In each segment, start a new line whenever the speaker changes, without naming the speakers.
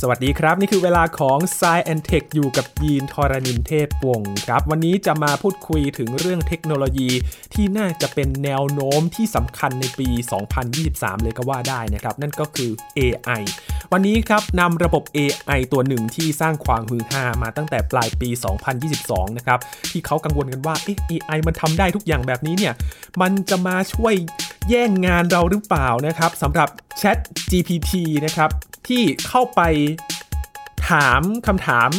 สวัสดีครับ นี่คือเวลาของ s ซแอนเทคอยู่กับยีนทรณินเทพวงศ์ครับ วันนี้จะมาพูดคุยถึงเรื่องเทคโนโลยีที่น่าจะเป็นแนวโน้มที่สำคัญในปี 2023 เลยก็ว่าได้นะครับ นั่นก็คือ AI วันนี้ครับนำระบบ AI ตัวหนึ่งที่สร้างความฮือฮามาตั้งแต่ปลายปี 2022 นะครับ ที่เขากังวลกันว่าเอ๊ะ AI มันทำได้ทุกอย่างแบบนี้เนี่ยมันจะมาช่วยแย่งงานเราหรือเปล่านะครับสำหรับ Chat GPT นะครับ ที่เข้าไปถามคำถาม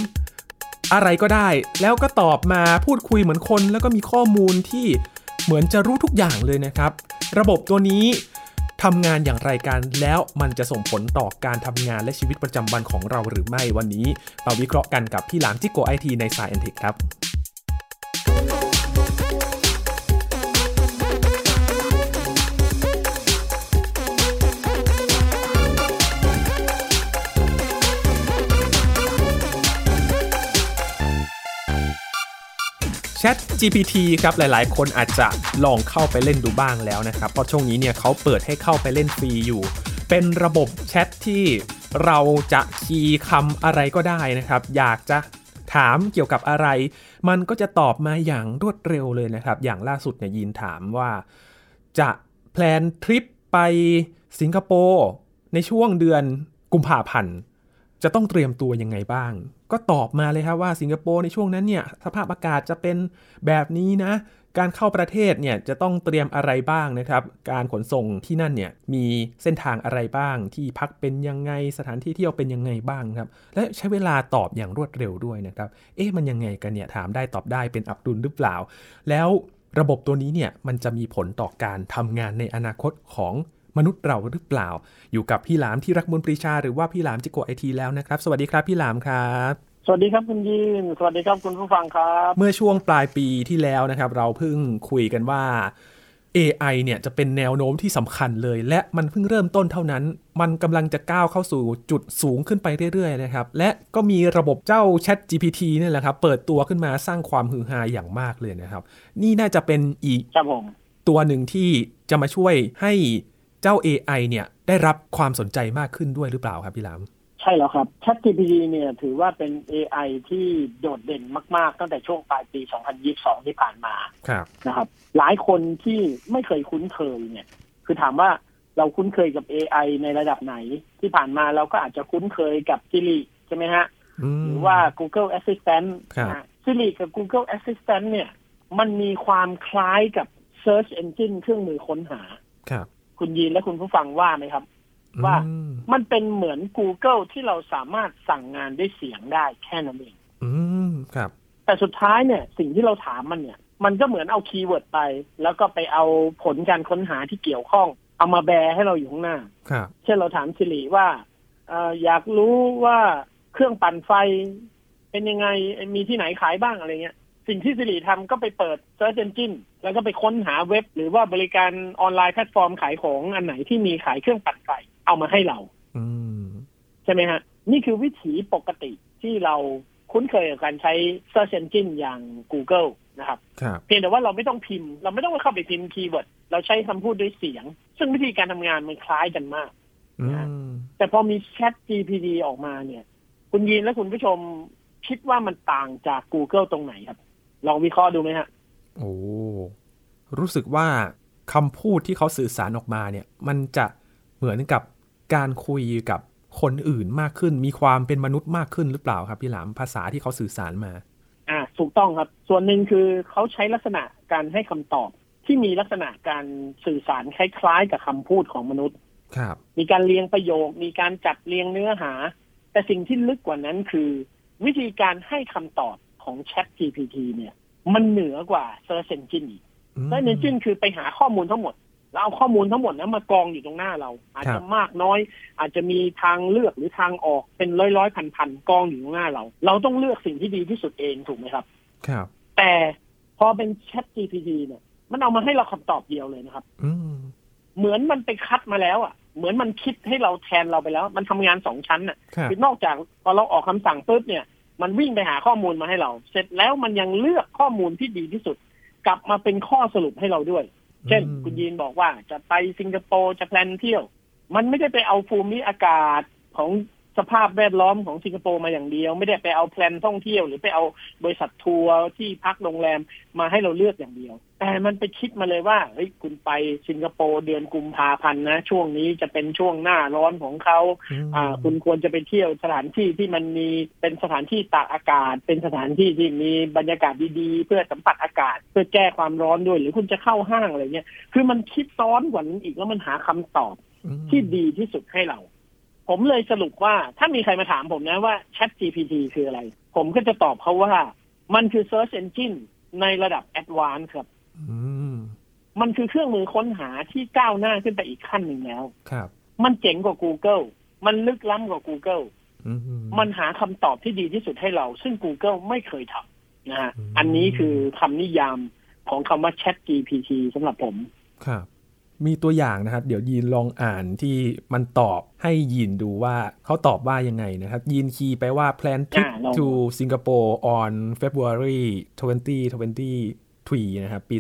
อะไรก็ได้ แล้วก็ตอบมาพูดคุยเหมือนคน แล้วก็มีข้อมูลที่เหมือนจะรู้ทุกอย่างเลยนะครับ ระบบตัวนี้ทำงานอย่างไรกัน แล้วมันจะส่งผลต่อการทำงานและชีวิตประจำวันของเราหรือไม่วันนี้มาวิเคราะห์กันกับพี่หลามจิโกไอทีในสายแอนเทคครับ Chat GPT ครับหลายๆ คนอาจจะลองเข้าไปเล่นดูบ้างแล้วนะครับ เพราะช่วงนี้เนี่ยเขาเปิดให้เข้าไปเล่นฟรีอยู่ เป็นระบบแชทที่เราจะคีย์คำอะไรก็ได้นะครับ อยากจะถามเกี่ยวกับอะไร มันก็จะตอบมาอย่างรวดเร็วเลยนะครับ อย่างล่าสุดเนี่ยยินถามว่า จะแพลนทริปไปสิงคโปร์ในช่วงเดือนกุมภาพันธ์ จะต้องเตรียมตัวยังไงบ้าง ก็ตอบมาเลยครับว่าสิงคโปร์ในช่วงนั้นเนี่ยสภาพอากาศจะเป็นแบบนี้นะ การเข้าประเทศเนี่ยจะต้องเตรียมอะไรบ้างนะครับ การขนส่งที่นั่นเนี่ยมีเส้นทางอะไรบ้าง ที่พักเป็นยังไงสถานที่เที่ยวเป็นยังไงบ้างครับ และใช้เวลาตอบอย่างรวดเร็วด้วยนะครับ เอ๊ะมันยังไงกันเนี่ยถามได้ตอบได้เป็นอับดุลหรือเปล่า แล้วระบบตัวนี้เนี่ยมันจะมีผลต่อการทำงานในอนาคตของมนุษย์เราหรือเปล่า อยู่กับพี่หลามที่รักมนปรีชาหรือว่าพี่หลามจิโกไอทีแล้วนะครับ สวัสดีครับพี่หลามครับ
สวัสดีครับคุณยีน สวัสดีครับคุณผู้ฟังครับ
เมื่อช่วงปลายปีที่แล้วนะครับ เราเพิ่งคุยกันว่า AI เนี่ยจะเป็นแนวโน้มที่สำคัญเลย และมันเพิ่งเริ่มต้นเท่านั้น มันกำลังจะก้าวเข้าสู่จุดสูงขึ้นไปเรื่อยๆนะครับ และก็มีระบบเจ้า Chat GPT เนี่ยแหละครับ เปิดตัวขึ้นมาสร้างความฮือฮาอย่างมากเลยนะครับ นี่น่าจะเป็นอีก
ครับผม
ตัวหนึ่งที่จะมาช่วยให้เจ้า AI เนี่ยได้รับความสนใจมากขึ้นด้วยหรือเปล่าครับพี่หลาม
ใช่แล้วครับ ChatGPT เนี่ยถือว่าเป็น AI ที่โดดเด่นมาก ๆ ตั้งแต่ช่วงปลายปี 2022 ที่ผ่านมา
ครับ
นะครับ หลายคนที่ไม่เคยคุ้นเคยเนี่ย คือถามว่าเราคุ้นเคยกับ AI ในระดับไหน ที่ผ่านมาเราก็อาจจะคุ้นเคยกับ Siri ใช่ไหมฮะ หรือว่า Google Assistant
ครับ
นะฮะ Siri กับ Google Assistant เนี่ย มันมีความคล้ายกับ Search Engine เครื่องมือค้นหา
ครับ
คุณยีนและคุณผู้ฟังว่าไหมครับ ว่า
อืม
มันเป็นเหมือน Google ที่เราสามารถสั่งงานด้วยเสียงได้แค่นั้นเอง
อืมครับ
แต่สุดท้ายเนี่ย สิ่งที่เราถามมันเนี่ย มันก็เหมือนเอาคีย์เวิร์ดไป แล้วก็ไปเอาผลการค้นหาที่เกี่ยวข้อง เอามาแบร์ให้เราอยู่ข้างหน้า
ครับ
เช่นเราถามสิริว่าเอ่ออยากรู้ว่าเครื่องปั่นไฟ เป็นยังไงมีที่ไหนขายบ้างอะไรเงี้ย สิ่งที่สิริทำก็ไปเปิด Search Engine แล้วก็ไปค้นหาเว็บ หรือว่าบริการออนไลน์แพลตฟอร์มขายของอันไหนที่มีขายเครื่องปั่นไฟเอามาให้เรา
อืม
ใช่ไหมฮะ นี่คือวิถีปกติที่เราคุ้นเคยกับการใช้ Search Engine อย่าง Google นะครับ
ครับ
เพียงแต่ว่าเราไม่ต้องพิมพ์ เราไม่ต้องเข้าไปพิมพ์คีย์เวิร์ด เราใช้คำพูดด้วยเสียง ซึ่งวิธีการทำงานมันคล้ายกันมาก
อืม
แต่พอมี Chat GPT ออกมาเนี่ย คุณยีนและคุณผู้ชมคิดว่ามันต่างจาก Google ตรงไหนครับ ลองวิเคราะห์ดูไหมฮะ
โอ้ รู้สึกว่าคำพูดที่เขาสื่อสารออกมาเนี่ย มันจะเหมือนกับการคุยกับคนอื่นมากขึ้น มีความเป็นมนุษย์มากขึ้นหรือเปล่าครับพี่หลามภาษาที่เขาสื่อสารมา
อ่าถูกต้องครับ ส่วนหนึ่งคือเขาใช้ลักษณะการให้คำตอบ ที่มีลักษณะการสื่อสารคล้ายๆ กับคำพูดของมนุษย์
ครับ
มีการเรียงประโยค มีการจัดเรียงเนื้อหา แต่สิ่งที่ลึกกว่านั้นคือ วิธีการให้คำตอบของ Chat GPT เนี่ย มันเหนือกว่า Search Engine อีก Search Engine คือไปหาข้อมูลทั้งหมด แล้วเอาข้อมูลทั้งหมดนั้นมากองอยู่ตรงหน้าเรา อาจ
ครั
จะ
บ
มากน้อย อาจจะมีทางเลือกหรือทางออกเป็นร้อยร้อยพันพันๆกองอยู่ตรงหน้าเรา เราต้องเลือกสิ่งที่ดีที่สุดเองถูกไหมครับ
ครับ
แต่พอเป็น Chat GPT เนี่ย มันเอามาให้เราคำตอบเดียวเลยนะครับ
อืม
เหมือนมันไปคัดมาแล้วอ่ะ เหมือนมันคิดให้เราแทนเราไปแล้ว มันทำงานสองชั้นอ่ะ
ครับ
คือนอกจากพอเราออกคำสั่งปุ๊บเนี่ย มันวิ่งไปหาข้อมูลมาให้เรา เสร็จแล้วมันยังเลือกข้อมูลที่ดีที่สุด กลับมาเป็นข้อสรุปให้เราด้วย เช่น
อืม
คุณยีนบอกว่าจะไปสิงคโปร์จะแพลนเที่ยว มันไม่ได้ไปเอาภูมิอากาศของ สภาพแวดล้อมของสิงคโปร์มาอย่างเดียว ไม่ได้ไปเอาแพลนท่องเที่ยว หรือไปเอาบริษัททัวร์ที่พักโรงแรมมาให้เราเลือกอย่างเดียว แต่มันไปคิดมาเลยว่าเฮ้ยคุณไปสิงคโปร์เดือนกุมภาพันธ์นะ ช่วงนี้จะเป็นช่วงหน้าร้อนของเขา อ่าคุณควรจะไปเที่ยวสถานที่ที่มันมีเป็นสถานที่ตากอากาศ เป็นสถานที่ที่มีบรรยากาศดีๆ เพื่อสัมผัสอากาศ เพื่อแก้ความร้อนด้วย หรือคุณจะเข้าห้างอะไรเงี้ยคือมันคิดซ้อนกว่านั้นอีกแล้วมันหาคำตอบที่ดีที่สุดให้เรา ผมเลยสรุปว่าถ้ามีใครมาถามผมนะว่า Chat GPT คืออะไร ผมก็จะตอบเขาว่า มันคือ Search Engine ในระดับ Advanced ครับ
อืม
มันคือเครื่องมือค้นหาที่ก้าวหน้าขึ้นไปอีกขั้นหนึ่งแล้ว
ครับ
มันเจ๋งกว่า Google มันลึกล้ำกว่า Google
อื
มันหาคำตอบที่ดีที่สุดให้เรา ซึ่ง Google ไม่เคยทำนะฮะอันนี้คือคำนิยามของคำว่า Chat GPT สำหรับผม
ครับ มีตัวอย่างนะครับ เดี๋ยวยีนลองอ่านที่มันตอบให้ยีนดูว่าเขาตอบว่ายังไงนะครับ ยีนคีย์ไปว่า plan trip
อ่าลอง
to Singapore on February 2023นะครับ ปี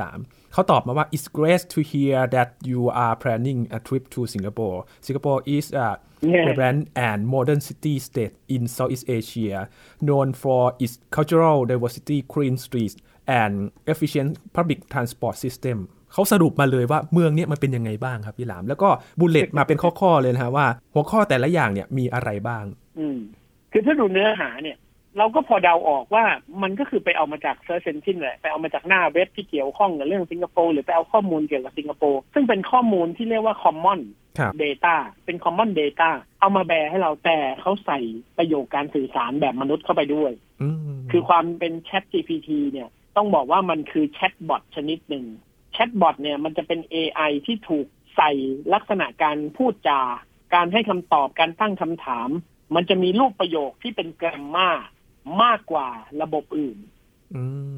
2023 เขาตอบมาว่า it's great to hear that you are planning a trip to Singapore Singapore is a
เนี่ย
vibrant and modern city state in Southeast Asia, known for its cultural diversity, green streets, and efficient public transport system. เขาสรุปมาเลยว่าเมืองเนี้ยมันเป็นยังไงบ้างครับพี่หลาม แล้วก็บุลเลตมาเป็นข้อ ๆ เลยนะฮะว่า หัวข้อแต่ละอย่างเนี่ยมีอะไรบ้าง
อืม คือถ้าดูเนื้อหาเนี่ย เราก็พอเดาออกว่ามันก็คือไปเอามาจาก Search Engine แหละไปเอามาจากหน้าเว็บที่เกี่ยวข้องกับเรื่องสิงคโปร์หรือไปเอาข้อมูลเกี่ยวกับสิงคโปร์ซึ่งเป็นข้อมูลที่เรียกว่า Common
ครับ
Data เป็น Common Data เอามาแบร์ให้เราแต่เขาใส่ประโยคการสื่อสารแบบมนุษย์เข้าไปด้วย
อืม
คือความเป็น Chat GPT เนี่ยต้องบอกว่ามันคือแชทบอทชนิดหนึ่งแชทบอทเนี่ยมันจะเป็น AI ที่ถูกใส่ลักษณะการพูดจา การให้คำตอบการตั้งคำถาม มันจะมีรูปประโยคที่เป็นแกรมมามากกว่าระบบอื่น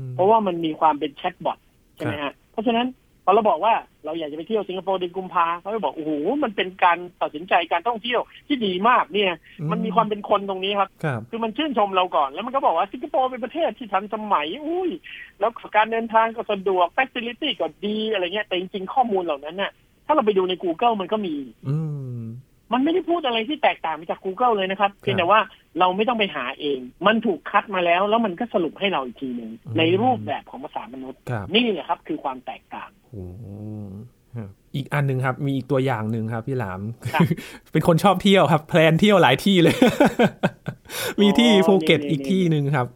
ม
เพราะว่ามันมีความเป็นแชทบอทใช่ไหมฮะ เพราะฉะนั้นพอเราบอกว่าเราอยากจะไปเที่ยวสิงคโปร์เดือนกุมภาเขาจะบอกโอ้โหมันเป็นการตัดสินใจการท่องเที่ยวที่ดีมากเนี่ย
อืม
มันมีความเป็นคนตรงนี้ครับ
ครับ
คือมันชื่นชมเราก่อน แล้วมันก็บอกว่าสิงคโปร์เป็นประเทศที่ทันสมัย อุ้ย แล้วการเดินทางก็สะดวก f a c i l i t y ก็ดีอะไรเงี้ย แต่จริงๆ ข้อมูลเหล่านั้นน่ะ ถ้าเราไปดูใน Google มันก็มี
อืม
มันไม่ได้พูดอะไรที่แตกต่างไปจาก Google เลยนะครับ เพียงแต่ว่าเราไม่ต้องไปหาเอง มันถูกคัดมาแล้ว แล้วมันก็สรุปให้เราอีกทีหนึ่ง
อืม
ในรูปแบบของภาษามนุษย์
ครับ
นี่แหละครับ คือความแตกต่าง
โอ้โหครับอีกอันหนึ่งครับ มีอีกตัวอย่างหนึ่งครับพี่หลาม
ครับ
เป็นคนชอบเที่ยว ครับ แพลนเที่ยวหลายที่เลย มีที่ภูเก็ต
นี่
อีก
นี่
ที่หนึ่งครับ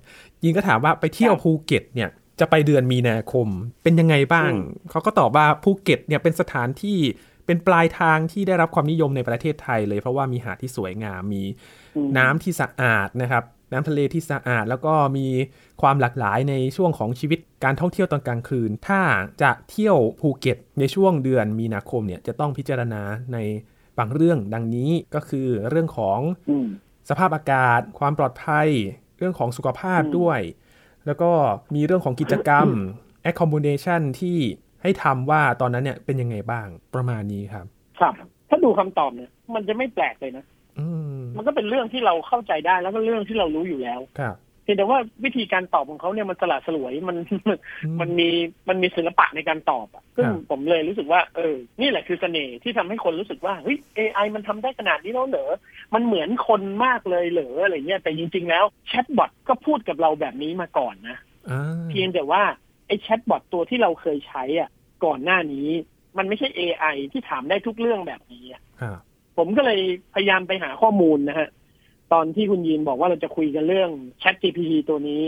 ยิงก็ถามว่าไปเที่ยว
ครับ
ภูเก็ตเนี่ย จะไปเดือนมีนาคม เป็นยังไงบ้าง
อืม
เขาก็ตอบว่าภูเก็ตเนี่ยเป็นสถานที่เป็นปลายทางที่ได้รับความนิยมในประเทศไทยเลย เพราะว่ามีหาดที่สวยงามมี
อืม
น้ำที่สะอาดนะครับ น้ำทะเลที่สะอาดแล้วก็มีความหลากหลายในช่วงของชีวิตการท่องเที่ยวตอนกลางคืน ถ้าจะเที่ยวภูเก็ตในช่วงเดือนมีนาคมเนี่ยจะต้องพิจารณาในบางเรื่องดังนี้ก็คือเรื่องของ
อืม
สภาพอากาศ ความปลอดภัย เรื่องของสุขภาพ
อืม
ด้วย แล้วก็มีเรื่องของกิจกรรม accommodation ที่ให้ทำว่าตอนนั้นเนี่ยเป็นยังไงบ้างประมาณนี้ครับ
ครับ ถ้าดูคำตอบเนี่ย มันจะไม่แปลกเลยนะ
อืม
มันก็เป็นเรื่องที่เราเข้าใจได้แล้วก็เรื่องที่เรารู้อยู่แล้ว
ครับ
เพียงแต่ว่าวิธีการตอบของเขาเนี่ยมันสละสลวยมัน
อื
มันมีมันมีศิลปะในการตอบอะซึ่ง
ครับ
ผมเลยรู้สึกว่าเออ นี่แหละคือเสน่ห์ที่ทำให้คนรู้สึกว่าเฮ้ย AI มันทำได้ขนาดนี้แล้วเหรอมันเหมือนคนมากเลยเหรออะไรเงี้ยแต่จริง ๆ แล้วแชทบอทก็พูดกับเราแบบนี้มาก่อนนะ
อ่า
เพียงแต่ว่าไอ้แชทบอทตัวที่เราเคยใช้อ่ะก่อนหน้านี้ มันไม่ใช่ AI ที่ถามได้ทุกเรื่องแบบนี้อะ
ครับ
ผมก็เลยพยายามไปหาข้อมูลนะฮะ ตอนที่คุณยีนบอกว่าเราจะคุยกันเรื่อง Chat GPT ตัวนี้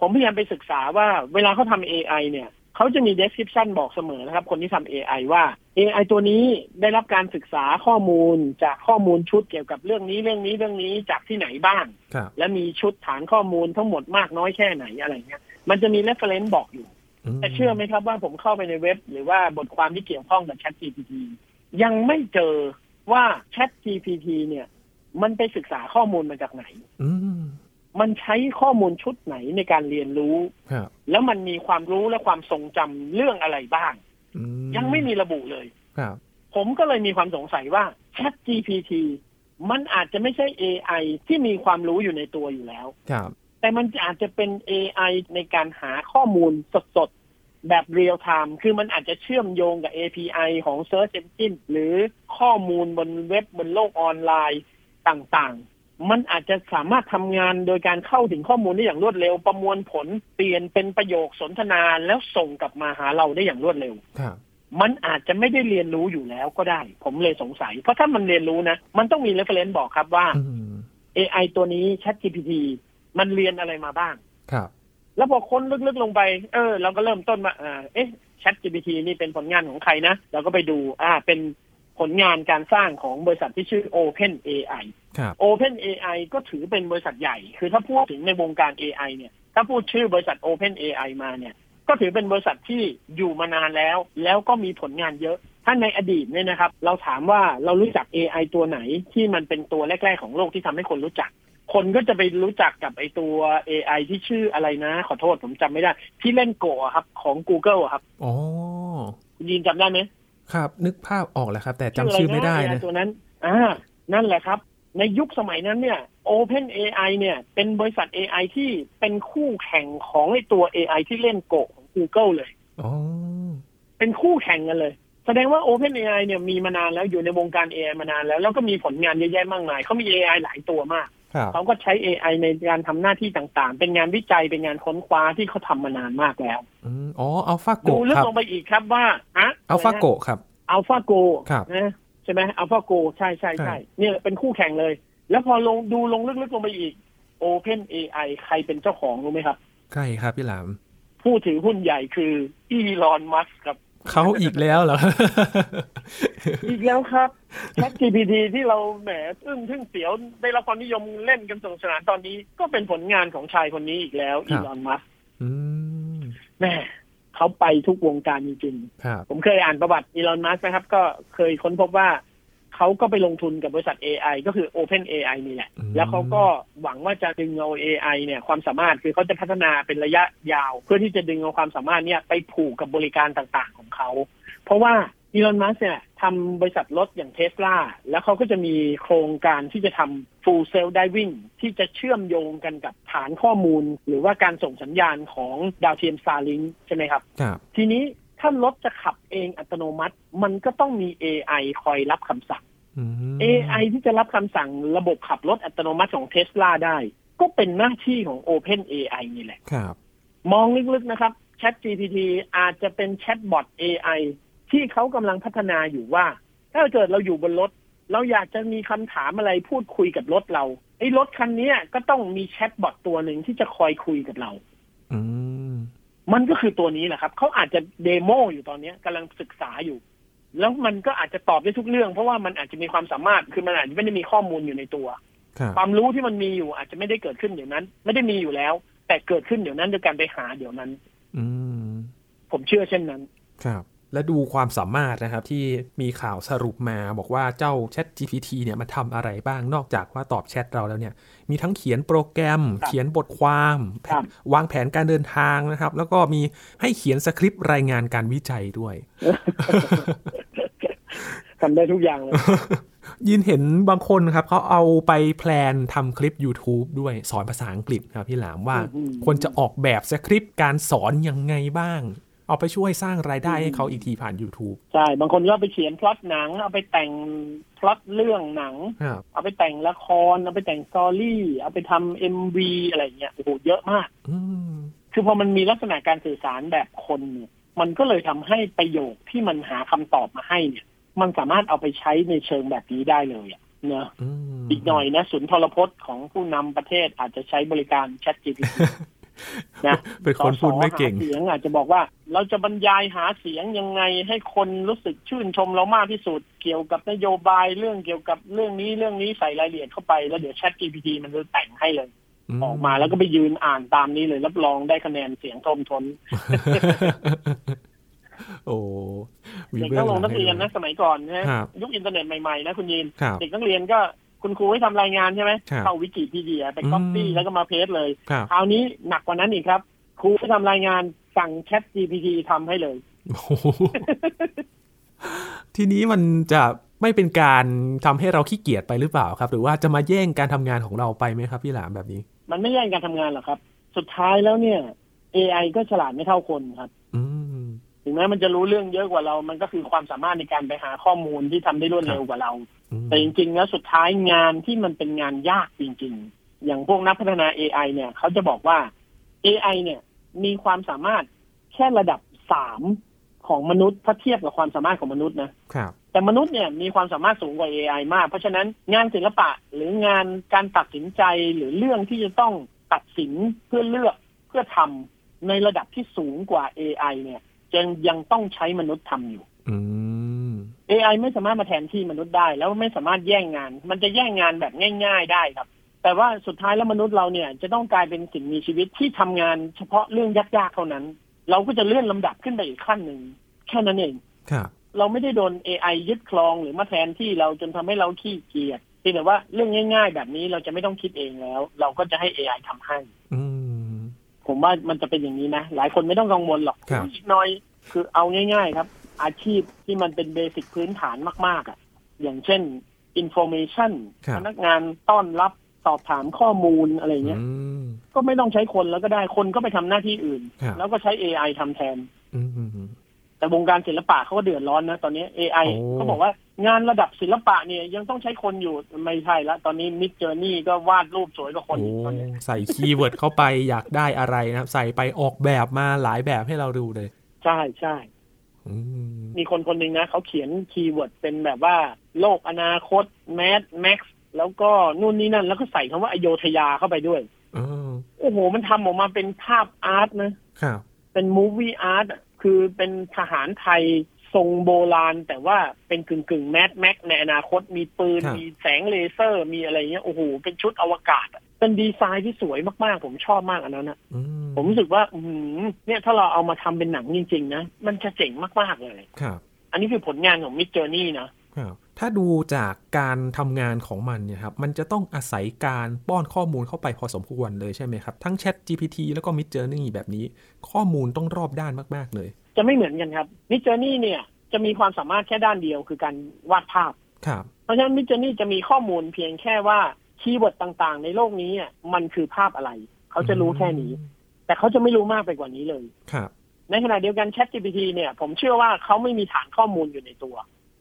ผมพยายามไปศึกษาว่าเวลาเขาทำ AI เนี่ย เขาจะมี description บอกเสมอนะครับ คนที่ทำ AI ว่า AI ตัวนี้ได้รับการศึกษาข้อมูลจากข้อมูลชุดเกี่ยวกับเรื่องนี้เรื่องนี้เรื่องนี้จากที่ไหนบ้าง
ครับ
และมีชุดฐานข้อมูลทั้งหมดมากน้อยแค่ไหนอะไรเงี้ย มันจะมี reference บอกอยู่ แต่เชื่อไหมครับว่าผมเข้าไปในเว็บ หรือว่าบทความที่เกี่ยวข้องกับ Chat GPT ยังไม่เจอว่า Chat GPT เนี่ย มันไปศึกษาข้อมูลมาจากไหน
อืม
มันใช้ข้อมูลชุดไหนในการเรียนรู้
ครับ
แล้วมันมีความรู้และความทรงจำเรื่องอะไรบ้าง
อื
ยังไม่มีระบุเลย
ครับ
ผมก็เลยมีความสงสัยว่า Chat GPT มันอาจจะไม่ใช่ AI ที่มีความรู้อยู่ในตัวอยู่แล้ว
ครับ
แต่มันอาจจะเป็น AI ในการหาข้อมูลสดๆ แบบเรียลไทม์คือมันอาจจะเชื่อมโยงกับ API ของ Search Engine หรือข้อมูลบนเว็บบนโลกออนไลน์ ต่างๆ มันอาจจะสามารถทำงานโดยการเข้าถึงข้อมูลได้อย่างรวดเร็ว ประมวลผลเปลี่ยนเป็นประโยคสนทนาแล้วส่งกลับมาหาเราได้อย่างรวดเร็ว
ครับ
มันอาจจะไม่ได้เรียนรู้อยู่แล้วก็ได้ ผมเลยสงสัย เพราะถ้ามันเรียนรู้นะ มันต้องมี reference บอกครับว่า
อืม
AI ตัวนี้ ChatGPT มันเรียนอะไรมาบ้าง
ครับ
แล้วพอค้นลึกๆลงไป เออ เราก็เริ่มต้นว่าอ่าเอ๊ะ ChatGPT นี่เป็นผลงานของใครนะ เราก็ไปดู อ่า เป็นผลงานการสร้างของบริษัทที่ชื่อ Open AI
ครับ
Open AI ก็ถือเป็นบริษัทใหญ่ คือถ้าพูดถึงในวงการ AI เนี่ย ถ้าพูดชื่อบริษัท Open AI มาเนี่ย ก็ถือเป็นบริษัทที่อยู่มานานแล้ว แล้วก็มีผลงานเยอะ ถ้าในอดีตเนี่ยนะครับ เราถามว่าเรารู้จัก AI ตัวไหนที่มันเป็นตัวแรก ๆ ของโลกที่ทำให้คนรู้จัก คนก็จะไปรู้จักกับไอตัว AI ที่ชื่ออะไรนะ ขอโทษผมจำไม่ได้ ที่เล่นโกะอะครับของ Google อะครับ
อ๋อ
คุณยินจำได้ไหม
ครับนึกภาพออกแล้วครับ แต่จำชื่อไม่ได้
ร
นะ
ตัวนั้น อ่า นั่นแหละครับ ในยุคสมัยนั้นเนี่ย Open AI เนี่ย เป็นบริษัท AI ที่เป็นคู่แข่งของไอตัว AI ที่เล่นโกะของ Google เลย
อ๋อ
เป็นคู่แข่งกันเลย แสดงว่า Open AI เนี่ยมีมานานแล้วอยู่ในวงการ AI มานานแล้ว แล้วก็มีผลงานเยอะแยะมากมายเขามี AI หลายตัวมาก
ครับ
เขาก็ใช้ AI ในการทำหน้าที่ต่างๆ เป็นงานวิจัยเป็นงานค้นคว้าที่เขาทำมานานมากแล้ว
อืมอ๋ออัลฟา
ดู
โกะ
ลึก
ครับ
ลงไปอีกครับว่าอะ
อัลฟาโกะครับ
อัลฟาโก
ครับ
นะใช่ไหมอัลฟาโกใช่ใช่
ใช่
ใช่เนี่ยเป็นคู่แข่งเลย แล้วพอลงดูลงลึกๆลงไปอีก Open AI ใครเป็นเจ้าของรู้ไหมครับ
ใกล้ครับพี่หลาม
ผู้ถือหุ้นใหญ่คืออีลอนมัสครับ
เขาอีกแล้วเหรอ
อีกแล้วครับ ChatGPT ที่เราแหมอึ้งทึ่งเสียวได้รับความนิยมเล่นกันสนุกสนานตอนนี้ ก็เป็นผลงานของชายคนนี้อีกแล้ว
ครั
อี
บ
ลอนมัส
อืม
แหมเขาไปทุกวงการจริงๆ
ครับ
ผมเคยอ่านประวัติอีลอนมัสนะครับ ก็เคยค้นพบว่า เขาก็ไปลงทุนกับบริษัท AI ก็คือ Open AI นี่แหละ แล้วเขาก็หวังว่าจะดึงเอา AI เนี่ยความสามารถคือเขาจะพัฒนาเป็นระยะยาว เพื่อที่จะดึงเอาความสามารถเนี่ยไปผูกกับบริการต่างๆของเขา เพราะว่าอีลอนมัสเนี่ยทำบริษัทรถอย่างเทสลาแล้วเขาก็จะมีโครงการที่จะทำ full self driving ที่จะเชื่อมโยงกันกับฐานข้อมูล หรือว่าการส่งสัญญาณของดาวเทียม Starlink ใช่ไหมครับ
ครับ
ทีนี้ถ้ารถจะขับเองอัตโนมัติ มันก็ต้องมี AI คอยรับคำสั่ง
อืม
AI ที่จะรับคำสั่งระบบขับรถอัตโนมัติของเทสลาได้ ก็เป็นหน้าที่ของ Open AI นี่แหละ
ครับ
มองลึกๆนะครับ Chat GPT อาจจะเป็นแชทบอท AI ที่เขากำลังพัฒนาอยู่ว่า ถ้าเกิดเราอยู่บนรถ เราอยากจะมีคำถามอะไรพูดคุยกับรถเราไอ้รถคันเนี้ยก็ต้องมีแชทบอทตัวหนึ่งที่จะคอยคุยกับเรา
อืม
มันก็คือตัวนี้แหละครับเขาอาจจะเดโมอยู่ตอนเนี้ยกำลังศึกษาอยู่ แล้วมันก็อาจจะตอบได้ทุกเรื่อง เพราะว่ามันอาจจะมีความสามารถคือมันอาจจะไม่ได้มีข้อมูลอยู่ในตัว
ครับ
ความรู้ที่มันมีอยู่อาจจะไม่ได้เกิดขึ้นเดี๋ยวนั้น ไม่ได้มีอยู่แล้ว แต่เกิดขึ้นเดี๋ยวนั้นโดยการไปหาเดี๋ยวนั้น
อืม
ผมเชื่อเช่นนั้น
ครับ และดูความสามารถนะครับที่มีข่าวสรุปมาบอกว่าเจ้า Chat GPT เนี่ยมันทำอะไรบ้างนอกจากว่าตอบแชทเราแล้วเนี่ย มีทั้งเขียนโปรแกรม
ครับ
เขียนบทความแผ
ครับ
นวางแผนการเดินทางนะครับ แล้วก็มีให้เขียนสคริปต์รายงานการวิจัยด้วย
ทำได้ทุกอย่าง เลย
ยินเห็นบางคนครับเขาเอาไปแพลนทำคลิป YouTube ด้วยสอนภาษาอังกฤษครับพี่หลามว่า
อืม
ควรจะออกแบบสคริปต์การสอนยังไงบ้าง เอาไปช่วยสร้างรายได้ให้เขา
อืม
อีกทีผ่าน YouTube
ใช่ บางคนก็เอาไปเขียนพล็อตหนัง เอาไปแต่งพล็อตเรื่องหนัง
ครับ
เอาไปแต่งละคร เอาไปแต่งสตอรี่เอาไปทำเอ็มวีอะไรอย่างเงี้ยโอ้โหเยอะมาก
อืม
คือพอมันมีลักษณะการสื่อสารแบบคนเนี่ยมันก็เลยทำให้ประโยคที่มันหาคำตอบมาให้เนี่ย มันสามารถเอาไปใช้ในเชิงแบบนี้ได้เลยอะเนอะ
อืม
อีกหน่อยนะศูนย์ทรพจน์ของผู้นำประเทศอาจจะใช้บริการ ChatGPT นะ
เป็นคนพูดไม่เก่ง
สสหาเสียงอาจจะบอกว่าเราจะบรรยายหาเสียงยังไงให้คนรู้สึกชื่นชมเรามากที่สุด เกี่ยวกับนโยบายเรื่องเกี่ยวกับเรื่องนี้เรื่องนี้ใส่รายละเอียดเข้าไปแล้วเดี๋ยว ChatGPT มันจะแต่งให้เลย ออกมาแล้วก็ไปยืนอ่านตามนี้เลย รับรองได้คะแนนเสียงทมทน
โอ้
เด็ก
บื้
ต้องล
ห
งนัก
ให้
เรียน
ด้ว
นะสมัยก่อนนะครับ ยุคอินเทอร์เน็ตใหม่ๆนะคุณยิน
ครับ
เด็กนักเรียนก็คุณครูให้ทำรายงานใช่ไหม
ครับ
เข้าวิกิพีเดียไปก๊อปปี้
อืม
แล้วก็มาเพจเลย
ครับ
คราวนี้หนักกว่านั้นอีกครับครูให้ทำรายงานสั่ง Chat GPT ทำให้เลย
โอ้โหทีนี้มันจะไม่เป็นการทำให้เราขี้เกียจไปหรือเปล่าครับ หรือว่าจะมาแย่งการทำงานของเราไปไหมครับพี่หลามแบบนี้
มันไม่แย่งการทำงานหรอกครับ สุดท้ายแล้วเนี่ย AI ก็ฉลาดไม่เท่าคนครับ
อืม
ถึงแม้มันจะรู้เรื่องเยอะกว่าเรา มันก็คือความสามารถในการไปหาข้อมูลที่ทำได้รวดเร็วกว่าเรา
อืม
แต่จริงๆ แล้วสุดท้ายงานที่มันเป็นงานยากจริงๆ อย่างพวกนักพัฒนา AI เนี่ยเขาจะบอกว่า AI เนี่ยมีความสามารถแค่ระดับสามของมนุษย์ถ้าเทียบกับความสามารถของมนุษย์นะ
ครับ
แต่มนุษย์เนี่ยมีความสามารถสูงกว่า AI มาก เพราะฉะนั้นงานศิลปะหรืองานการตัดสินใจหรือเรื่องที่จะต้องตัดสินเพื่อเลือกเพื่อทำในระดับที่สูงกว่า AI เนี่ยจึงยังต้องใช้มนุษย์ทำอยู่
อืม
AI ไม่สามารถมาแทนที่มนุษย์ได้ แล้วไม่สามารถแย่งงาน มันจะแย่งงานแบบง่าย ๆ ได้ครับ แต่ว่าสุดท้ายแล้วมนุษย์เราเนี่ยจะต้องกลายเป็นสิ่งมีชีวิตที่ทำงานเฉพาะเรื่องยากๆเท่านั้น เราก็จะเลื่อนลำดับขึ้นไปอีกขั้นหนึ่งแค่นั้นเอง
ครับ
เราไม่ได้โดน AI ยึดครองหรือมาแทนที่เราจนทำให้เราขี้เกียจเพียงแต่ว่าเรื่องง่าย ๆ แบบนี้เราจะไม่ต้องคิดเองแล้ว เราก็จะให้ AI ทำให้
อืม
ผมว่ามันจะเป็นอย่างนี้นะ หลายคนไม่ต้องกังวลหรอก
ครับ
อีกหน้อย คือเอาง่าย ๆ ครับ อาชีพที่มันเป็นเบสิกพื้นฐานมาก ๆอะ่ะ อย่างเช่น information
ครับ
พนักงานต้อนรับสอบถามข้อมูลอะไร
อื
เงี้ย
ม
ก็ไม่ต้องใช้คนแล้วก็ได้ คนก็ไปทำหน้าที่อื่น
ครับ
แล้วก็ใช้ AI ทำแทน
อืมอืมอืม
แต่วงการศิลปะเขาก็เดือดร้อนนะ ตอนนี้ AI
โอ้
เขาบอกว่างานระดับศิลปะเนี่ยยังต้องใช้คนอยู่ไม่ใช่ละ ตอนนี้มิดเจอร์นี่ก็วาดรูปสวยกว่าคน
โอ้
อีกตอนนี้
ใส่คีย์เวิร์ดเข้าไปอยากได้อะไรนะครับใส่ไปออกแบบมาหลายแบบให้เราดูเลย
ใช่ใช่
อืม
มีคนคนหนึ่งนะเขาเขียนคีย์เวิร์ดเป็นแบบว่า โลกอนาคตแมสแม็กซ์แล้วก็นู่นนี่นั่น แล้วก็ใส่คำว่าอโยธยาเข้าไปด้วย
อ๋อ
โอ้โห มันทำออกมาเป็นภาพอาร์ตนะ
ครับ
เป็นมูฟวี่อาร์ตคือเป็นทหารไทยทรงโบราณ แต่ว่าเป็นกึ่งกึ่งแมสแม็กในอนาคตมีปืน มีแสงเลเซอร์ มีอะไรเงี้ยโอ้โห เป็นชุดอวกาศอะเป็นดีไซน์ที่สวยมาก ๆ ผมชอบมากอันนั้นนะ
อื
ผมรู้สึกว่าอื้อหือเนี่ยถ้าเราเอามาทำเป็นหนังจริง ๆ นะ มันจะเจ๋งมาก ๆ เลย
ครับ
อันนี้คือผลงานของมิ d เจอร์นี่นะครับ
ถ้าดูจากการทำงานของมันเนี่ยครับ มันจะต้องอาศัยการป้อนข้อมูลเข้าไปพอสมควรเลยใช่ไหมครับ ทั้ง Chat GPT แล้วก็ Mid Journey แบบนี้ ข้อมูลต้องรอบด้านมาก ๆ เลย
จะไม่เหมือนกันครับมิ d เจอร์นี่เนี่ยจะมีความสามารถแค่ด้านเดียวคือการวาดภาพ
ครับ
เพราะฉะนั้นมิ d เจอร์นี่จะมีข้อมูลเพียงแค่ว่าคีย์เวิร์ดต่าง ๆ ในโลกนี้อะมันคือภาพอะไร เขาจะรู้แค่นี้ แต่เขาจะไม่รู้มากไปกว่านี้เลย
ครับ
ในขณะเดียวกัน ChatGPT เนี่ย ผมเชื่อว่าเขาไม่มีฐานข้อมูลอยู่ในตัว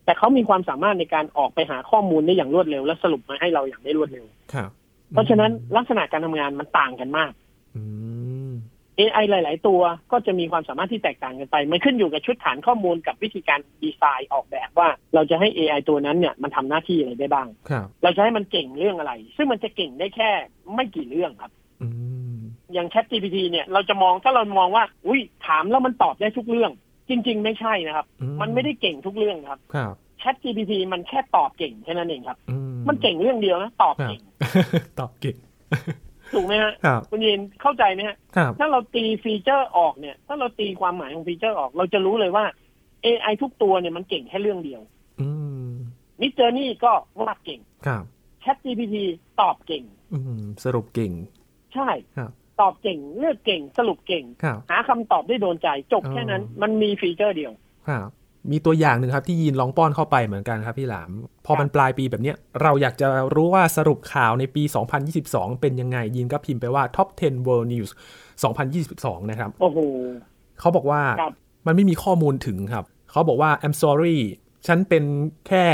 แต่เขามีความสามารถในการออกไปหาข้อมูลได้อย่างรวดเร็ว และสรุปมาให้เราอย่างได้รวดเร็ว
ครับ
เพราะฉะนั้นลักษณะการทำงานมันต่างกันมาก
อืม
AI หลาย ๆ ตัวก็จะมีความสามารถที่แตกต่างกันไป มันขึ้นอยู่กับชุดฐานข้อมูลกับวิธีการดีไซน์ออกแบบว่า เราจะให้ AI ตัวนั้นเนี่ยมันทำหน้าที่อะไรได้บ้าง
ครับ
เราจะให้มันเก่งเรื่องอะไร ซึ่งมันจะเก่งได้แค่ไม่กี่เรื่องครับ
อืม
อย่าง Chat GPT เนี่ยเราจะมองถ้าเรามองว่า อุ้ยถามแล้วมันตอบได้ทุกเรื่อง จริง ๆ ไม่ใช่นะครับ
อื
มันไม่ได้เก่งทุกเรื่องครับ
ครับ
Chat GPT มันแค่ตอบเก่งแค่นั้นเองครับ
อื
มันเก่งเรื่องเดียวนะตอบ
ครับ
เก่ง
ตอบเก่ง
ถูกไหมฮะ
ครับ
คุณยินเข้าใจไหมฮะ
ครับ
ถ้าเราตีฟีเจอร์ออกเนี่ย ถ้าเราตีความหมายของฟีเจอร์ออก เราจะรู้เลยว่า AI ทุกตัวเนี่ยมันเก่งแค่เรื่องเดียว
อืม
มิเจอร์นี่ก็วาดเก่ง
ครับ
Chat GPT ตอบเก่ง
อืมสรุปเก่ง
ใช่
ครับ
ตอบเก่งเลือกเก่งสรุปเก่ง
ครับ
หาคำตอบได้โดนใจจบแค่นั้น
อ๋อ
มันมีฟีเจอร์เดียว
ครับมีตัวอย่างหนึ่งครับที่ยีนลองป้อนเข้าไปเหมือนกันครับพี่หลาม พอมันปลายปีแบบเนี้ยเราอยากจะรู้ว่าสรุปข่าวในปี 2022 เป็นยังไงยีนก็พิมพ์ไปว่า Top 10 World News 2022 นะครับ
โอ้โห
เขาบอกว่า
ครับ
มันไม่มีข้อมูลถึงครับ เขาบอกว่า I'm sorry ฉันเป็นแค่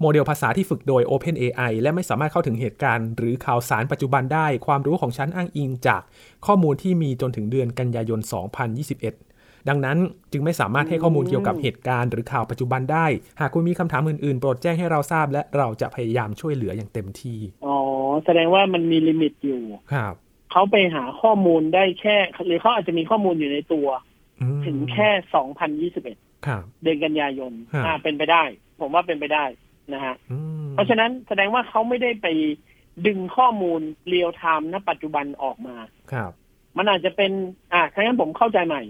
โมเดลภาษาที่ฝึกโดย OpenAI และไม่สามารถเข้าถึงเหตุการณ์ หรือข่าวสารปัจจุบันได้ ความรู้ของฉันอ้างอิงจากข้อมูลที่มีจนถึงเดือนกันยายน 2021 ดังนั้นจึงไม่สามารถให้ข้อมูลเกี่ยวกับเหตุการณ์หรือข่าวปัจจุบันได้ หากคุณมีคำถามอื่นๆ โปรดแจ้งให้เราทราบ และเราจะพยายามช่วยเหลืออย่างเต็มที่
อ๋อ แสดงว่ามันมีลิมิตอยู่
ครับ
เขาไปหาข้อมูลได้แค่ หรือเขาอาจจะมีข้อมูลอยู่ในตัว
อืม
ถึงแค่ 2021 เ
ครับ
ดือนกันยายน
ฮะ
อ่าเป็นไปได้ ผมว่าเป็นไปได้นะฮะ
อืม
เพราะฉะนั้นแสดงว่าเขาไม่ได้ไปดึงข้อมูลเรียลไทม์ณปัจจุบันออกมา
ครับ
มันอาจจะเป็น อ่าถ้างั้นผมเข้าใจใหม่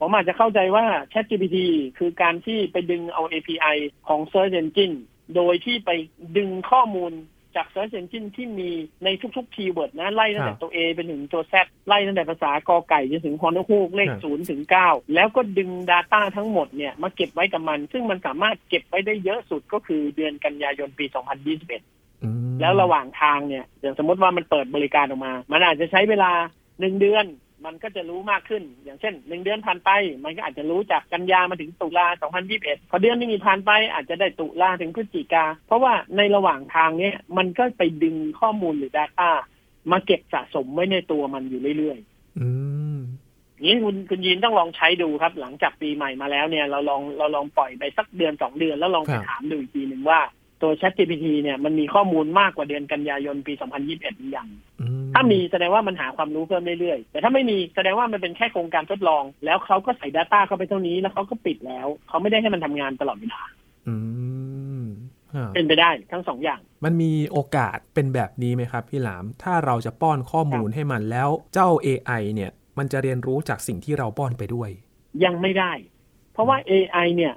ผมอาจจะเข้าใจว่า ChatGPT คือการที่ไปดึงเอา API ของ Search Engine โดยที่ไปดึงข้อมูลจาก Search Engine ที่มีในทุกๆ keyword นะ ไล่ตั้ง
ค
แต่
รับ
ตัว A ไปถึงตัว Z ไล่ตั้งแต่ภาษากอไก่จนถึงคอนคูกเลข
ครับ
ศูนย์ถึงเก้าแล้วก็ดึง Data ทั้งหมดเนี่ย มาเก็บไว้กับมัน ซึ่งมันสามารถเก็บไว้ได้เยอะสุดก็คือเดือนกันยายนปี 2021
อืม
แล้วระหว่างทางเนี่ยอย่างสมมติว่ามันเปิดบริการออกมา มันอาจจะใช้เวลาหนึ่งเดือน มันก็จะรู้มากขึ้น อย่างเช่นหนึ่งเดือนผ่านไป มันก็อาจจะรู้จากกันยามาถึงตุลา 2021 พอเดือนที่มีผ่านไปอาจจะได้ตุลาถึงพฤศจิกา เพราะว่าในระหว่างทางเนี้ยมันก็ไปดึงข้อมูลหรือ Data มาเก็บสะสมไว้ในตัวมันอยู่เรื่อย
อืม
ๆอย่างนี้คุณคุณยินต้องลองใช้ดูครับ หลังจากปีใหม่มาแล้วเนี่ยเราลองเราลองปล่อยไปสักเดือนสองเดือนแล้วลองไป
ครับ
ถามดูอีกทีหนึ่งว่าตัว ChatGPT เนี่ยมันมีข้อมูลมากกว่าเดือนกันยายนปี 2021หรือยัง
อื
ถ้ามีแสดงว่ามันหาความรู้เพิ่มเรื่อยๆ แต่ถ้าไม่มีแสดงว่ามันเป็นแค่โครงการทดลอง แล้วเขาก็ใส่ Data เข้าไปเท่านี้แล้วเขาก็ปิดแล้ว เขาไม่ได้ให้มันทำงานตลอดเวลา
อืมฮะ
เป็นไปได้ทั้งสองอย่าง
มันมีโอกาสเป็นแบบนี้ไหมครับพี่หลาม ถ้าเราจะป้อนข้อมูลให้มันแล้วเจ้า AI เนี่ย มันจะเรียนรู้จากสิ่งที่เราป้อนไปด้วย
ยังไม่ได้ เพราะว่า AI เนี่ย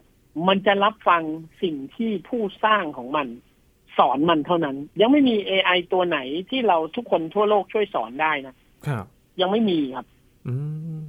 มันจะรับฟังสิ่งที่ผู้สร้างของมัน สอนมันเท่านั้น ยังไม่มี AI ตัวไหนที่เราทุกคนทั่วโลกช่วยสอนได้นะครับ ยังไม่มีครับ
อื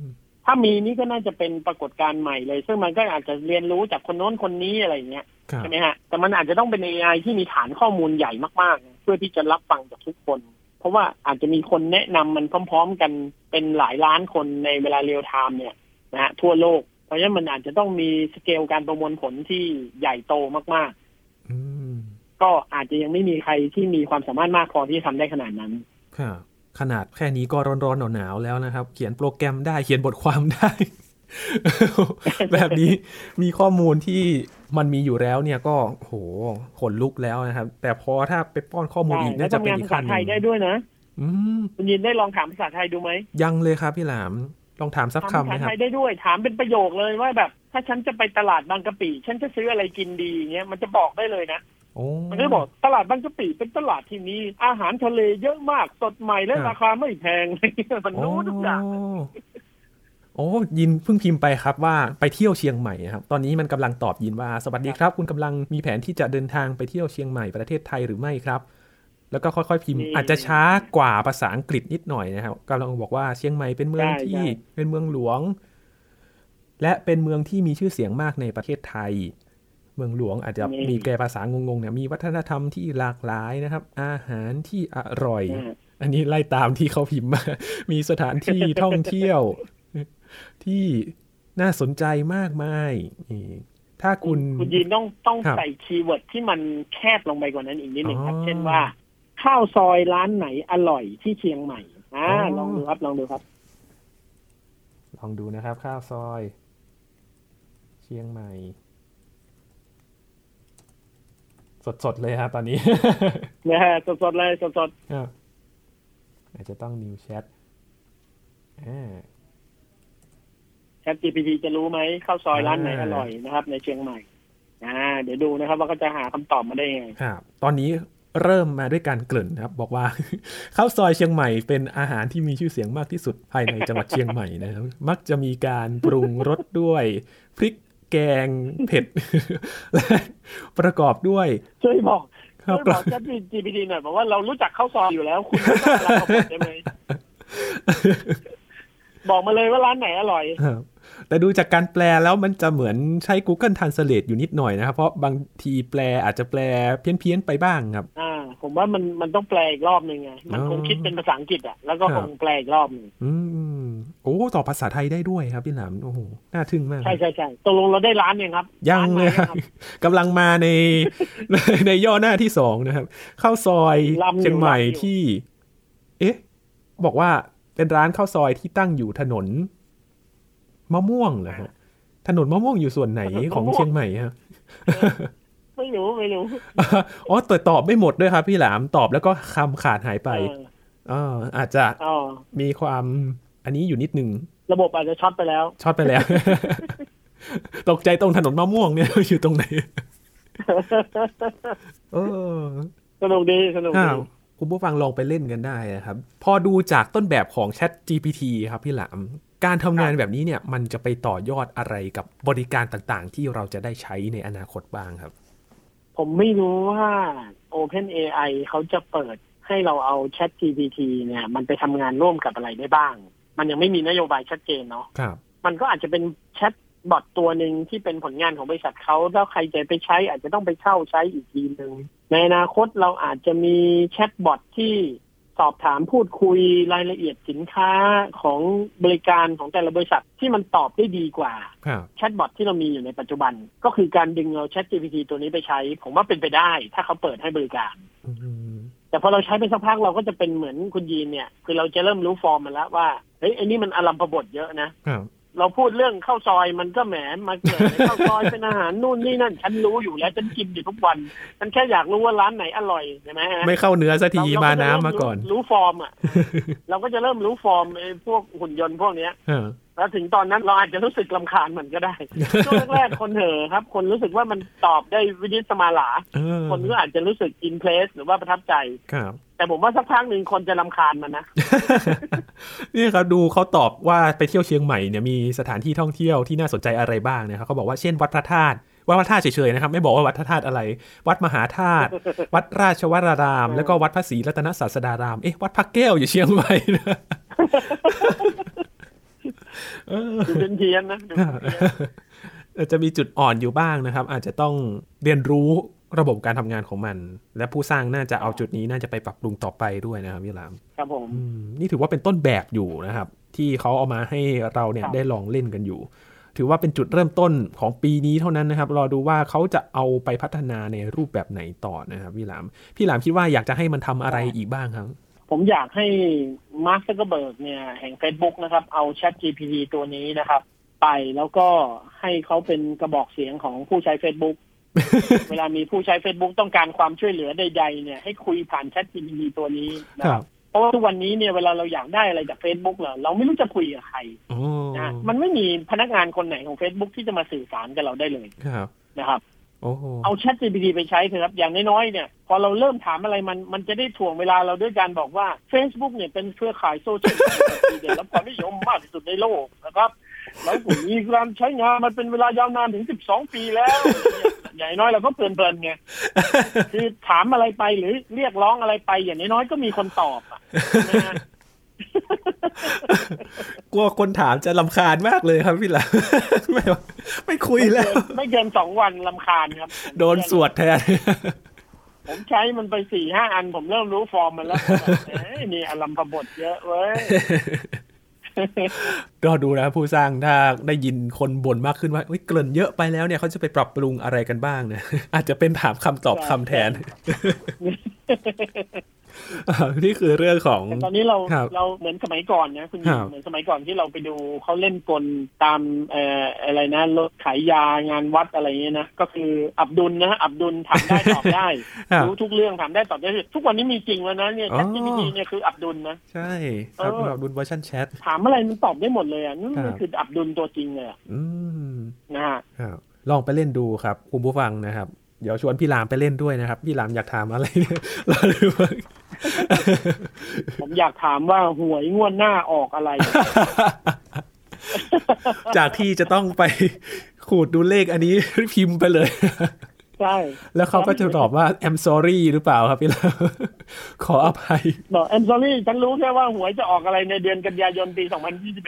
ม
ถ้ามีนี่ก็น่าจะเป็นปรากฏการณ์ใหม่เลย ซึ่งมันก็อาจจะเรียนรู้จากคนโน้นคนนี้อะไรอย่างเงี้ย
ครับ
ใช่ไหมฮะ แต่มันอาจจะต้องเป็น AI ที่มีฐานข้อมูลใหญ่มากๆ เพื่อที่จะรับฟังจากทุกคน เพราะว่าอาจจะมีคนแนะนำมันพร้อม ๆ กันเป็นหลายล้านคนในเวลาเรียลไทม์เนี่ยนะฮะทั่วโลก เพราะฉะนั้นมันอาจจะต้องมีสเกลการประมวลผลที่ใหญ่โตมาก
อืม
ๆ ก็อาจจะยังไม่มีใครที่มีความสามารถมากพอที่จะทำได้ขนาดนั้น
ครับ ขนาดแค่นี้ก็ร้อนๆหนาวๆแล้วนะครับ เขียนโปรแกรมได้ เขียนบทความได้ แบบนี้มีข้อมูลที่มันมีอยู่แล้วเนี่ยก็โหขนลุกแล้วนะครับ แต่พอถ้าไปป้อนข้อมูล
ได้
อีก
และ
น่าจะ
ทำ
เป็น
งาน
อีก
ภาษา
ขั้นห
ไทยได้
นึ่ง
ด้วยนะ
อืม
คุณยินได้ลองถามภาษาไทยดูไหม
ยังเลยครับพี่หลาม ลองถามสัก
ถาม
คำ
ภา
ไหม
ษา
ค
ไท
รับ
ยได้ด้วย ถามเป็นประโยคเลยว่าแบบ ถ้าฉันจะไปตลาดบางกะปิฉันจะซื้ออะไรกินดีอย่างเงี้ยมันจะบอกได้เลยนะ
โอ้
มันก็บอกตลาดบางกะปิเป็นตลาดที่มีอาหารทะเลเยอะมากสดใหม่และ
ครับ
ราคาไม่แพง มันรู้ทุกอย่าง
โโอ้ยินเพิ่งพิมพ์ไปครับว่าไปเที่ยวเชียงใหม่นะครับ ตอนนี้มันกำลังตอบยินว่าสวัสดีครับ คุณกำลังมีแผนที่จะเดินทางไปเที่ยวเชียงใหม่ประเทศไทยหรือไม่ครับ แล้วก็ค่อยๆพิมพ์ อาจจะช้ากว่าภาษาอังกฤษนิดหน่อยนะครับกำลังบอกว่าเชียงใหม่เป็นเมืองที่เป็นเมืองหลวง และเป็นเมืองที่มีชื่อเสียงมากในประเทศไทย เมืองหลวงอาจจะมีแกภาษางงๆเนี่ยมีวัฒนธรรมที่หลากหลายนะครับ อาหารที่อร่อย
อ่า
อันนี้ไล่ตามที่เขาพิมพ์มา มีสถานที่ ท่องเที่ยว ที่น่าสนใจมากมายนี่ถ้าคุณ
คุณยีนต้องต้อง
ครับ
ใส่คีย์เวิร์ดที่มันแคบลงไปกว่านั้นอีกนิดหนึ่งครับ
อ๋อ
เช่นว่า ข้าวซอยร้านไหนอร่อยที่เชียงใหม่อ่า
อ๋อ
ลองดูครับลองดูครับ
ลองดูนะครับ ข้าวซอย เชียงใหม่ สดๆเลยครับตอนนี้
นะฮะสดๆเลยสด
อ่ะอาจจะต้อง new chat อ่า
ๆ ChatGPT จะรู้ไหมข้าวซอยร้านไหน
อ่า
อร่อยนะครับ ในเชียงใหม่อ่าเดี๋ยวดูนะครับ ว่าเขาจะหาคำตอบมาได้ยังไง
ครับตอนนี้เริ่มมาด้วยการเกริ่นนะครับ บอกว่า ข้าวซอยเชียงใหม่เป็นอาหารที่มีชื่อเสียงมากที่สุดภายในจังหวัดเชียงใหม่นะครับ มักจะมีการปรุงรสด้วยพริกแกงเผ็ด และประกอบด้วย
ช่วยบอก
ข้า
ช่
ว
วย
ป
บ
ลา
อก ChatGPT หน่อยบอกว่าเรารู้จักข้าวซอยอยู่แล้ว คุณไม่ต้องมาเราบอกได้ไหม บอกมาเลยว่าร้านไหนอร่อย
ครับแต่ดูจากการแปลแล้วมันจะเหมือนใช้ Google Translate อยู่นิดหน่อยนะครับ เพราะบางทีแปลอาจจะแปลเพี้ยนๆไปบ้างครับ
อ่า ผมว่ามันมันต้องแปลอีกรอบหนึ่งไง มัน
อ๋อ
คงคิดเป็นภาษาอังกฤษอ่ะ แล้วก็
ค
ครับ งแปลอีกรอบหนึ่ง
อืมโอ้ต่อภาษาไทยได้ด้วยครับพี่หนามโอ้โหน่าทึ่งมาก
ใช่ใช่ใช่ตกลงเราได้ร้านยังครับ
ยัง
ร้านไหน
เลยครับ
ครับ
กำลังมาใน ในในย่อหน้าที่สองนะครับข้าวซอย
ลำอยู่
เชียงใหม่
ลำอยู่
ที่ เอ๊ะ บอกว่าเป็นร้านข้าวซอยที่ตั้งอยู่ถนนมะม่วงเหรอฮะถนนมะม่วงอยู่ส่วนไหนของเชียงใหม่ฮะ
ไม่รู้ไม่รู้
อ๋อแต่ตอบไม่หมดด้วยครับ พี่หลามตอบแล้วก็คำขาดหายไป
เอ
อ่า
อ
อาจจะ
อ๋อ
มีความอันนี้อยู่นิดหนึ่ง
ระบบอาจจะช็อตไปแล้ว
ช็อตไปแล้ว ตกใจตรงถนนมะม่วงเนี่ย อยู่ตรงไหนเออ
สนุกดีสนุก
อ่า
ดี
คุณผู้ฟังลองไปเล่นกันได้นะครับ พอดูจากต้นแบบของ Chat GPT ครับพี่หลาม การทำงานแบบนี้เนี่ยมันจะไปต่อยอดอะไรกับบริการต่างๆ ที่เราจะได้ใช้ในอนาคตบ้างครับ
ผมไม่รู้ว่า Open AI เขาจะเปิดให้เราเอา Chat GPT เนี่ย มันไปทำงานร่วมกับอะไรได้บ้าง มันยังไม่มีนโยบายชัดเจนเนาะ
ครับ
มันก็อาจจะเป็นแชทบอทตัวหนึ่งที่เป็นผลงานของบริษัทเขาแล้วใครจะไปใช้ อาจจะต้องไปเช่าใช้อีกทีหนึ่งในอนาคตเราอาจจะมีแชทบอทที่ สอบถามพูดคุยรายละเอียดสินค้าของบริการของแต่ละบริษัทที่มันตอบได้ดีกว่า
ครับ
แชทบอทที่เรามีอยู่ในปัจจุบัน ก็คือการดึงเอาแชท GPT ตัวนี้ไปใช้ ผมว่าเป็นไปได้ ถ้าเขาเปิดให้บริการ
อืม
แต่พอเราใช้ไปสักพักเราก็จะเป็นเหมือนคุณยีนเนี่ย คือเราจะเริ่มรู้ฟอร์มมันแล้วว่าเฮ้ยไอ้นี่มันอลัมพบทเยอะนะ
ครับ
เราพูดเรื่องข้าวซอยมันก็แหมมาเกิดในข้าวซอย เป็นอาหารนู่นนี่นั่น ฉันรู้อยู่แล้วฉันกินอยู่ทุกวัน ฉันแค่อยากรู้ว่าร้านไหนอร่อยใช่ไหมฮะ
ไม่เข้าเนื้อสักที
เร
มา
เรจะ
น้ำ
เริ่
มาก่อน
รู้รู้ฟอร์มอ่ะ เราก็จะเริ่มรู้ฟอร์มไอ้พวกหุ่นยนต์พวกเนี้ย
เออ
แล้วถึงตอนนั้นเราอาจจะรู้สึกลำคาญมันก็ได้ ช่วงแรกๆคนเห่อะครับ คนรู้สึกว่ามันตอบได้วินิจสมาหลา
เออ
คนก็อาจจะรู้สึกอินเพลสหรือว่าประทับใจ
ครับ
แต่ผมว่าสักพักหนึ่งคนจะลำคาญมันนะ
เนี่ยครับดูเขาตอบว่าไปเที่ยวเชียงใหม่เนี่ยมีสถานที่ท่องเที่ยวที่น่าสนใจอะไรบ้างนะครับเขาบอกว่าเช่นวัดพระธาตุวัดพระธาตุเฉยๆนะครับ ไม่บอกว่าวัดพระธาตุอะไร วัดมหาธาตุ วัดราชวราราม แล้วก็วัดพระศรีรัตนศาสดาราม เอ๊ะวัดพระแก้วอยู่เชียงใหม่นะ เออ
ดูเป็นเพี้ยนนะดูเป็นเพี้ยน
เออ จะมีจุดอ่อนอยู่บ้างนะครับ อาจจะต้องเรียนรู้ระบบการทำงานของมัน และผู้สร้างน่าจะเอาจุดนี้น่าจะไปปรับปรุงต่อไปด้วยนะครับพี่หลาม
ครับผม
อืมนี่ถือว่าเป็นต้นแบบอยู่นะครับ ที่เขาเอามาให้เราเนี่ย
ครับ
ได้ลองเล่นกันอยู่ ถือว่าเป็นจุดเริ่มต้นของปีนี้เท่านั้นนะครับ รอดูว่าเขาจะเอาไปพัฒนาในรูปแบบไหนต่อนะครับพี่หลาม พี่หลามคิดว่าอยากจะให้มันทำอะไรอีกบ้างครับ
ผมอยากให้มาร์คซักเกอร์เบิร์กเนี่ยแห่ง Facebook นะครับ เอา Chat GPT ตัวนี้นะครับ ไปแล้วก็ให้เขาเป็นกระบอกเสียงของผู้ใช้ Facebook เวลามีผู้ใช้ Facebook ต้องการความช่วยเหลือใดๆเนี่ยให้คุยผ่าน Chat GPT ตัวนี้นะค
ครั
รับ บเพราะว่าทุกวันนี้เนี่ยเวลาเราอยากได้อะไรจาก Facebook เหรอเราไม่รู้จะคุยกับใคร
อ๋อ
นะมันไม่มีพนักงานคนไหนของ Facebook ที่จะมาสื่อสารกับเราได้เลย
ครับ
นะครับ
โอ้โห
เอา Chat GPT ไปใช้เถอะครับ อย่างน้อยๆเนี่ย พอเราเริ่มถามอะไรมันมันจะได้ถ่วงเวลาเราด้วยการบอกว่า Facebook เนี่ยเป็นเครือข่ายโซเชียลมีเดียและความนิยมมากที่สุดในโลกนะครับ แล้วกลุ่มนี้การใช้งานมันเป็นเวลายาวนานถึง 12 ปีแล้ว อย่างน้อยเราก็เพลิน ๆไงคือถามอะไรไปหรือเรียกร้องอะไรไป อย่างน้อยๆก็มีคนตอบอะนะฮะ
กลัวคนถามจะลำคาญมากเลยครับพี่หลาม ไม่ไม่คุยแล้ว
ไม่เกินสองวันลำคาญครับ
โดนสวดแทน
ผมใช้มันไปสี่ห้าอันผมเริ่มรู้ฟอร์มมันแล้วแบบเอ้ยนี่อลัมพบทเยอะเว้ย
รอดูนะครับผู้สร้างถ้าได้ยินคนบ่นมากขึ้นว่าเฮ้ยเกริ่นเยอะไปแล้วเนี่ยเขาจะไปปรับปรุงอะไรกันบ้างนะ อาจจะเป็นถามคำตอบคำแท น อ่านี่คือเรื่องของ
แต่ตอนนี้เรา
ครับ
เราเหมือนสมัยก่อนนะคุณห
ค
ญิ
รั
ง
บ
เหมือนสมัยก่อนที่เราไปดูเขาเล่นกลตามเอ่ออะไรนะรถขายยางานวัดอะไรเงี้ยนะก็คืออับดุลนะอับดุลถามได้ตอบได้
อ่ะ
รู้ทุกเรื่องถามได้ตอบได้ทุกวันนี้มีจริงแล้วนะเนี่ย
อ๋อ
แชทจีพีเนี่ยคืออับดุลนะ
ใช่
เอ
ครับ
อ
เราดูเวอร์ชันแชท
ถามอะไรมันตอบได้หมดเลยอ่ะนั่น
ครับ
มันคืออับดุลตัวจริงเลยอะ
อืม
นะฮะ
ครับลองไปเล่นดูครับ คุณผู้ฟังนะครับ เดี๋ยวชวนพี่หลามไปเล่นด้วยนะครับ พี่หลามอยากถามอะไรเนี่ย รอดูว่า
ผมอยากถามว่าหวยงวดหน้าออกอะไร
จากที่จะต้องไปขูดดูเลขอันนี้ พิมพ์ไปเลย
ใช่
แล้วเขาก็จะตอบว่า I'm sorry หรือเปล่าครับพี่หล ามขออภัย
บอก I'm sorry ฉันรู้แค่ว่าหวยจะออกอะไรในเดือนกันยายนปี 2021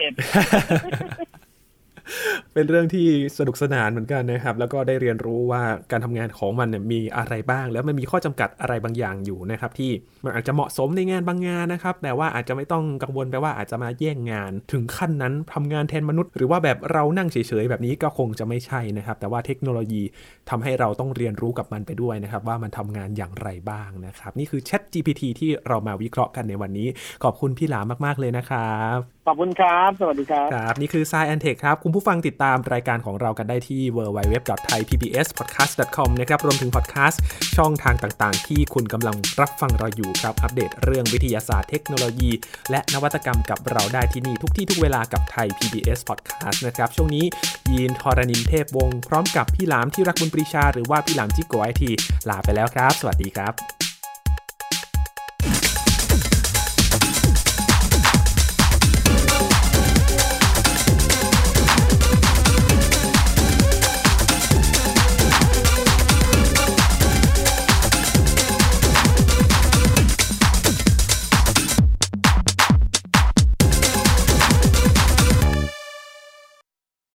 เป็นเรื่องที่สนุกสนานเหมือนกันนะครับ แล้วก็ได้เรียนรู้ว่าการทำงานของมันเนี่ยมีอะไรบ้าง แล้วมันมีข้อจำกัดอะไรบางอย่างอยู่นะครับ ที่มันอาจจะเหมาะสมในงานบางงานนะครับ แต่ว่าอาจจะไม่ต้องกังวลไปว่าอาจจะมาแย่งงาน ถึงขั้นนั้นทำงานแทนมนุษย์ หรือว่าแบบเรานั่งเฉยๆแบบนี้ก็คงจะไม่ใช่นะครับ แต่ว่าเทคโนโลยีทำให้เราต้องเรียนรู้กับมันไปด้วยนะครับ ว่ามันทำงานอย่างไรบ้างนะครับ นี่คือ Chat GPT ที่เรามาวิเคราะห์กันในวันนี้ ขอบคุณพี่หลามมากๆเลยนะครับ
ขอบคุณครับ สวัสดีครับ
ครับ นี่คือ s ายแอนเทคครับ คุณผู้ฟังติดตามรายการของเรากันได้ที่ www.thaipbspodcast.com นะครับ รวมถึงพอดแคสต์ช่องทางต่างๆ ที่คุณกำลังรับฟังเราอยู่ครับ อัปเดตเรื่องวิทยาศาสตร์เทคโนโลยี และนวัตกรรมกับเราได้ที่นี่ทุกที่ทุกเวลากับไทย PBS Podcast นะครับ ช่วงนี้ยีนทอรานินเทพวงศ์พร้อมกับพี่หลามที่รักบุญปรีชา หรือว่าพี่หลามจิกโกไอทีลาไปแล้วครับ สวัสดีครับ